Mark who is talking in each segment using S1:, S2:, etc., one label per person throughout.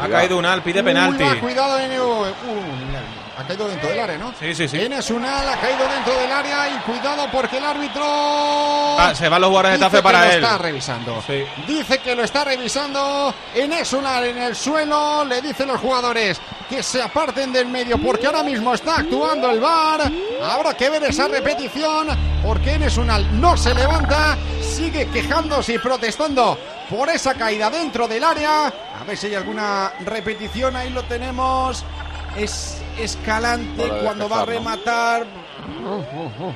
S1: Ha caído Unal, pide penalti.
S2: Uy, va, cuidado de nuevo. Uh, ha caído dentro del área, ¿no?
S1: Sí, sí, sí.
S2: Viene Unal, ha caído dentro del área y cuidado porque el árbitro.
S1: Ah, se van los jugadores de Tafe para
S2: lo
S1: él.
S2: está revisando.
S1: Sí.
S2: Dice que lo está revisando. Enes Unal en el suelo. Le dice a los jugadores que se aparten del medio porque ahora mismo está actuando el VAR. Habrá que ver esa repetición porque Enes Unal no se levanta. Sigue quejándose y protestando por esa caída dentro del área. A ver si hay alguna repetición. Ahí lo tenemos. Es escalante
S3: Para
S2: cuando va a
S3: despejar, ¿no?
S2: rematar.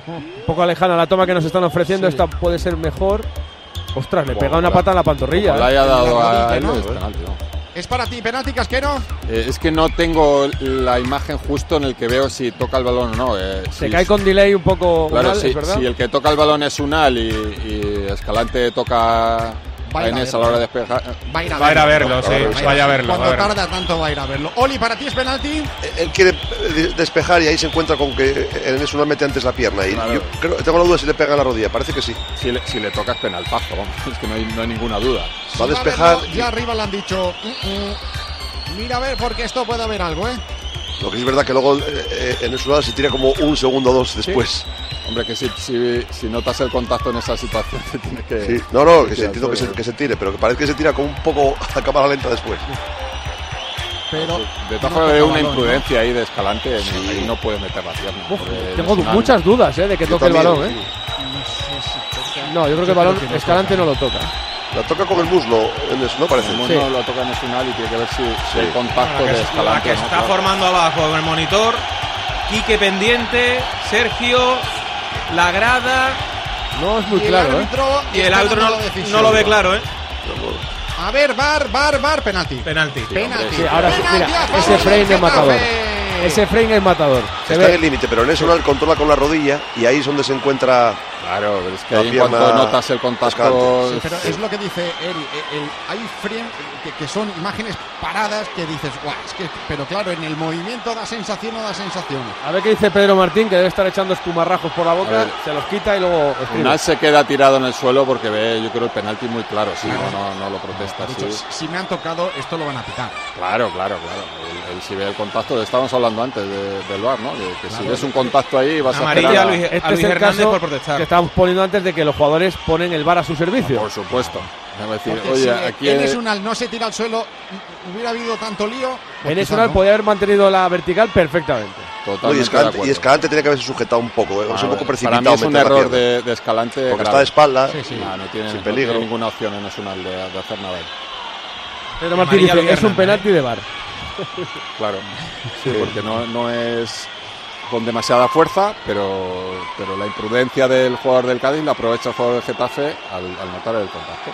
S4: Un poco lejana la toma que nos están ofreciendo. Esta puede ser mejor. Ostras, le
S3: Buah,
S4: pega una
S3: ojalá.
S4: pata en la pantorrilla.
S3: Ojalá
S4: ¿eh?
S3: haya dado a
S2: Penalti,
S3: él
S2: ¿no?
S3: es penalti, ¿no?
S2: Es para ti, penalti casquero.
S3: Eh, es que no tengo la imagen justo en el que veo si toca el balón o no. eh,
S4: Se
S3: si-
S4: cae con delay un poco.
S3: Claro,
S4: Unal,
S3: si,
S4: es verdad.
S3: si el que toca el balón es Unal y, y Escalante toca
S2: Va a ir
S3: a
S2: a
S3: Enes a
S2: verlo.
S3: la hora de despejar.
S2: Va a ir a,
S1: Va a ir a verlo, sí.
S3: verlo.
S1: Vaya a verlo. va a
S2: Cuando
S1: verlo.
S2: tarda tanto va a ir a verlo. Oli, para ti es penalti.
S5: Él quiere eh, despejar y ahí se encuentra con que eh, Enes Unal mete antes la pierna. Y
S3: Claro.
S5: yo creo, tengo la duda si le pega en la rodilla, parece que sí.
S3: Si le, si le toca es penaltazo, vamos. Es que no hay, no hay ninguna duda.
S5: Va
S2: Si
S5: a despejar.
S2: verlo, ya arriba le han dicho. "Mm, mm". Mira a ver, porque esto puede haber algo, ¿eh?
S5: Lo que es verdad que luego eh, eh, Enes Unal se tira como un segundo o dos después.
S3: Hombre, que si, si, si notas el contacto en esa situación, te tienes que.
S5: Sí. No, no, que
S3: Sí,
S5: se, entiendo que
S3: sí.
S5: se, que se tire, pero que parece que se tira como un poco a cámara lenta después.
S2: Pero.
S3: De todas formas, veo
S2: no toca
S3: una
S2: balón, ¿no?
S3: imprudencia ahí de Escalante. en-
S5: Sí.
S3: Ahí no puede meter la pierna.
S4: Uf,
S3: porque
S4: tengo
S3: Unal-
S4: muchas dudas eh, de que
S5: Yo
S4: toque el
S5: también,
S4: balón. ¿eh?
S5: sí.
S4: No, yo creo que el balón Escalante no lo toca.
S5: La toca con el muslo, Enes, ¿no? Parece.
S3: Como
S4: Sí.
S3: no lo toca Enes Unal y tiene que ver si, si
S5: Sí.
S3: hay contacto
S1: La
S3: de
S1: que-
S3: Escalante.
S1: la que
S3: Pues ¿no?
S1: está
S3: Claro.
S1: formando abajo en el monitor. Quique pendiente, Sergio, la grada
S4: No es muy
S2: Y el
S4: claro, ¿eh?
S2: árbitro
S1: y el árbitro Este
S2: está
S1: no,
S2: dando la decisión.
S1: no lo ve claro, ¿eh?
S2: A ver, bar, bar, bar, penalti.
S1: Penalti.
S2: Penalti.
S4: Sí, ahora sí,
S2: Penalti
S4: mira,
S2: a favor
S4: ese
S2: del
S4: frame es
S2: Getafe.
S4: matador. Ese frame es matador. Se
S5: Está en Este el
S4: ve.
S5: límite, pero Enes Unal controla con la rodilla y ahí es donde se encuentra.
S3: Claro, pero es que
S5: La
S3: ahí en cuanto
S5: pierna
S3: notas el contacto.
S5: Escalante.
S2: Sí, pero es lo que dice Eri. el- el- hay frame que, que son imágenes paradas que dices, guau, es que. Pero claro, en el movimiento da sensación o da sensación.
S4: A ver qué dice Pedro Martín, que debe estar echando espumarrajos por la
S3: A
S4: boca.
S3: ver.
S4: Se los quita y luego. escribe. Este
S3: Unal se queda tirado en el suelo porque ve, yo creo, el penalti muy claro. Sí, no, no, no lo
S2: Ha
S3: protesta.
S2: dicho,
S3: Sí.
S2: "Si- si me han tocado, esto lo van a pitar.
S3: Claro, claro, claro. Él, él si ve el contacto, estábamos hablando antes de- del bar, ¿no? De que si ves un contacto ahí vas
S1: Amarilla,
S3: a esperar. a-
S1: Luis-
S4: Este
S1: a
S4: es el
S1: Hernández
S4: caso
S1: por protestar.
S4: que estábamos poniendo antes de que los jugadores ponen el bar a su servicio.
S3: Por supuesto. Es decir,
S2: Porque
S3: oye,
S2: si
S3: aquí
S2: Enes Unal no se tira al suelo, hubiera habido tanto lío. pues
S4: En
S2: quizá
S4: Unal
S2: no.
S4: podía haber mantenido la vertical perfectamente.
S5: No, y,
S3: totalmente de
S5: escalante,
S3: acuerdo.
S5: y Escalante tiene que haberse sujetado un poco, ¿eh? es un
S3: Para-
S5: poco precipitado.
S3: Para mí es un
S5: meter la
S3: error
S5: pierna.
S3: de, de escalante.
S5: Porque está
S3: grave.
S5: de espalda.
S2: Sí, sí.
S3: Ah, no tiene,
S5: sin
S3: no
S5: peligro.
S3: tiene ninguna opción en Esunal de, de hacer nada. ahí.
S4: Pedro Martín
S1: Amarilla ¿eh?
S4: dice,
S1: Luis
S4: es un
S1: Hernández,
S4: penalti de bar.
S3: Claro. Sí, porque no, no es con demasiada fuerza, pero, pero la imprudencia del jugador del Cádiz la aprovecha el jugador del Getafe al, al notar el contacto.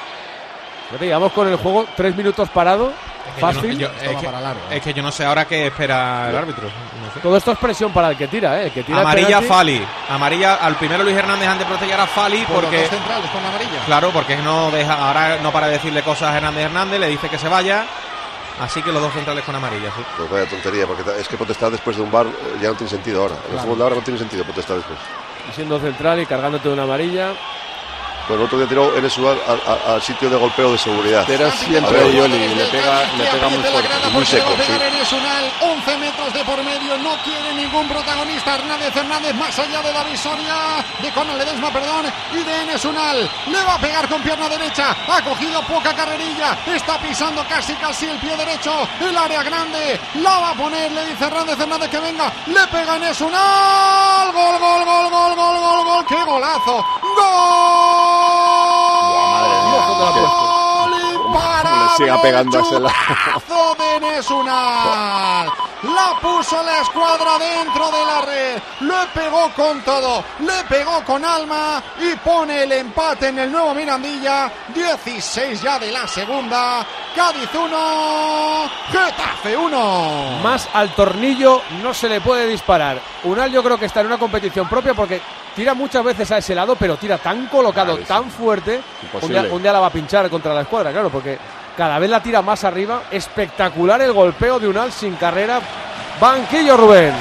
S4: Fíjate, llevamos con el juego tres minutos parado,
S1: Es que yo no-
S4: fácil.
S1: yo-
S2: Esto
S1: es,
S2: va
S3: Eh,
S1: que,
S2: para largo. eh.
S1: es que yo no sé ahora qué espera el árbitro. No sé.
S4: Todo esto es presión para el que tira, ¿eh? El que tira el
S1: Amarilla
S4: penalti-
S1: Fali. Amarilla al primero Luis Hernández antes de proteger a Fali
S2: Por los
S1: porque
S2: dos centrales con la amarilla.
S1: claro, porque no deja ahora no para de decirle cosas a Hernández Hernández, le dice que se vaya. Así que los dos centrales con amarilla, sí.
S5: Pues vaya tontería, porque ta- es que protestar después de un bar eh, ya no tiene sentido ahora. En el
S2: Claro.
S5: fútbol de ahora no tiene sentido protestar después.
S4: Siendo central y cargándote una amarilla.
S5: Pero Pues el otro día tiró Enes Unal al, al- al sitio de golpeo de seguridad.
S3: Pero siempre
S5: Ahí,
S3: Yoli le pega, le pega muy fuerte.
S5: muy seco,
S2: Le va a
S5: sí.
S2: pegar Enes Unal, 11 metros de por medio, no quiere ningún protagonista. Hernández Hernández, más allá de David Soria, de Conal Ledesma, perdón, y de Enes Unal. Le va a pegar con pierna derecha, ha cogido poca carrerilla, está pisando casi casi el pie derecho, el área grande, la va a poner, le dice Hernández Hernández que venga, le pega Enes Unal. Gol, gol, gol, gol, gol, gol, gol, qué golazo.
S3: Buah, madre mía,
S2: ¡Gol! Imparable,
S3: Le siga pegando a ese lado.
S2: Pedazo de Nesunal. La puso la escuadra dentro de la red. Le pegó con todo. Le pegó con alma. Y pone el empate en el nuevo Mirandilla. 16 ya de la segunda. Cádiz 1. Getafe 1.
S4: Más al tornillo no se le puede disparar. Unal yo creo que está en una competición propia porque tira muchas veces a ese lado, pero tira tan colocado,
S3: Claro, sí.
S4: tan fuerte. Un
S3: Imposible.
S4: día, un día la va a pinchar contra la escuadra, claro, porque cada vez la tira más arriba. Espectacular el golpeo de Unal sin carrera. Banquillo, Rubén.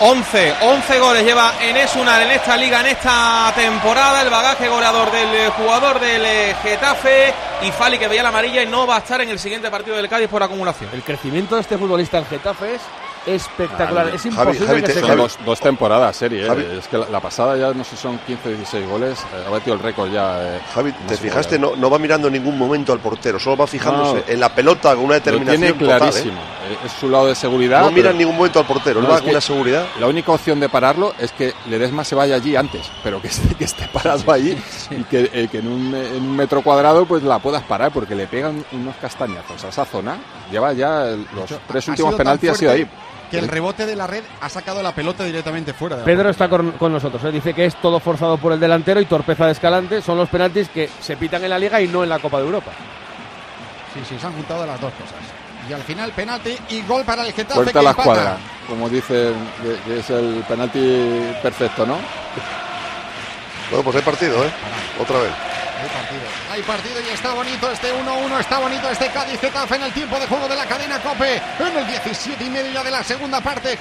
S1: 11, 11 goles lleva Enes Unal en esta liga, en esta temporada. El bagaje goleador del eh, jugador del eh, Getafe. Y Fali que veía la amarilla y no va a estar en el siguiente partido del Cádiz por acumulación.
S4: El crecimiento de este futbolista en Getafe es espectacular.
S3: Javi,
S4: es imposible
S5: Javi,
S4: que
S5: te-
S4: se
S3: Son
S5: Javi.
S4: quede.
S3: dos, dos temporadas, serie. ¿eh?
S5: Javi.
S3: Es que la, la pasada ya no sé si son 15 o 16 goles. eh, ha batido el récord ya. eh,
S5: Javi,
S3: no
S5: ¿te
S3: sé,
S5: fijaste?
S3: eh,
S5: No, no va mirando en ningún momento al portero, solo va fijándose
S3: No.
S5: en la pelota con una
S3: Lo
S5: determinación
S3: tiene
S5: total, ¿eh?
S3: clarísimo. Eh, Es su lado de seguridad.
S5: No mira
S3: pero
S5: en ningún momento al portero,
S3: No,
S5: él va
S3: es
S5: con
S3: que-
S5: una seguridad.
S3: La única opción de pararlo es que Ledesma se vaya allí antes, pero que esté, que esté parado allí y que, eh, que en, un, eh, en un metro cuadrado pues la puedas parar porque le pegan unos castañazos a esa zona. Lleva ya el- los
S2: hecho,
S3: tres
S2: ha
S3: últimos
S2: sido tan
S3: penaltis ha sido ahí.
S2: fuerte Que el rebote de la red ha sacado la pelota directamente fuera. de la
S4: Pedro
S2: portería.
S4: está con, con nosotros. ¿eh? Dice que es todo forzado por el delantero y torpeza de Escalante. Son los penaltis que se pitan en la Liga y no en la Copa de Europa.
S2: Sí, sí, se han juntado las dos cosas. Y al final penalti y gol para el Getafe
S3: Vuelta
S2: que
S3: a la
S2: empata.
S3: escuadra, como dicen que, que es el penalti perfecto, ¿no?
S5: Bueno, pues hay partido, ¿eh? Otra vez.
S2: Hay partido. Hay partido y está bonito este 1-1, está bonito este Cádiz Getafe en el tiempo de juego de la cadena Cope. En el 17 y medio ya de la segunda parte.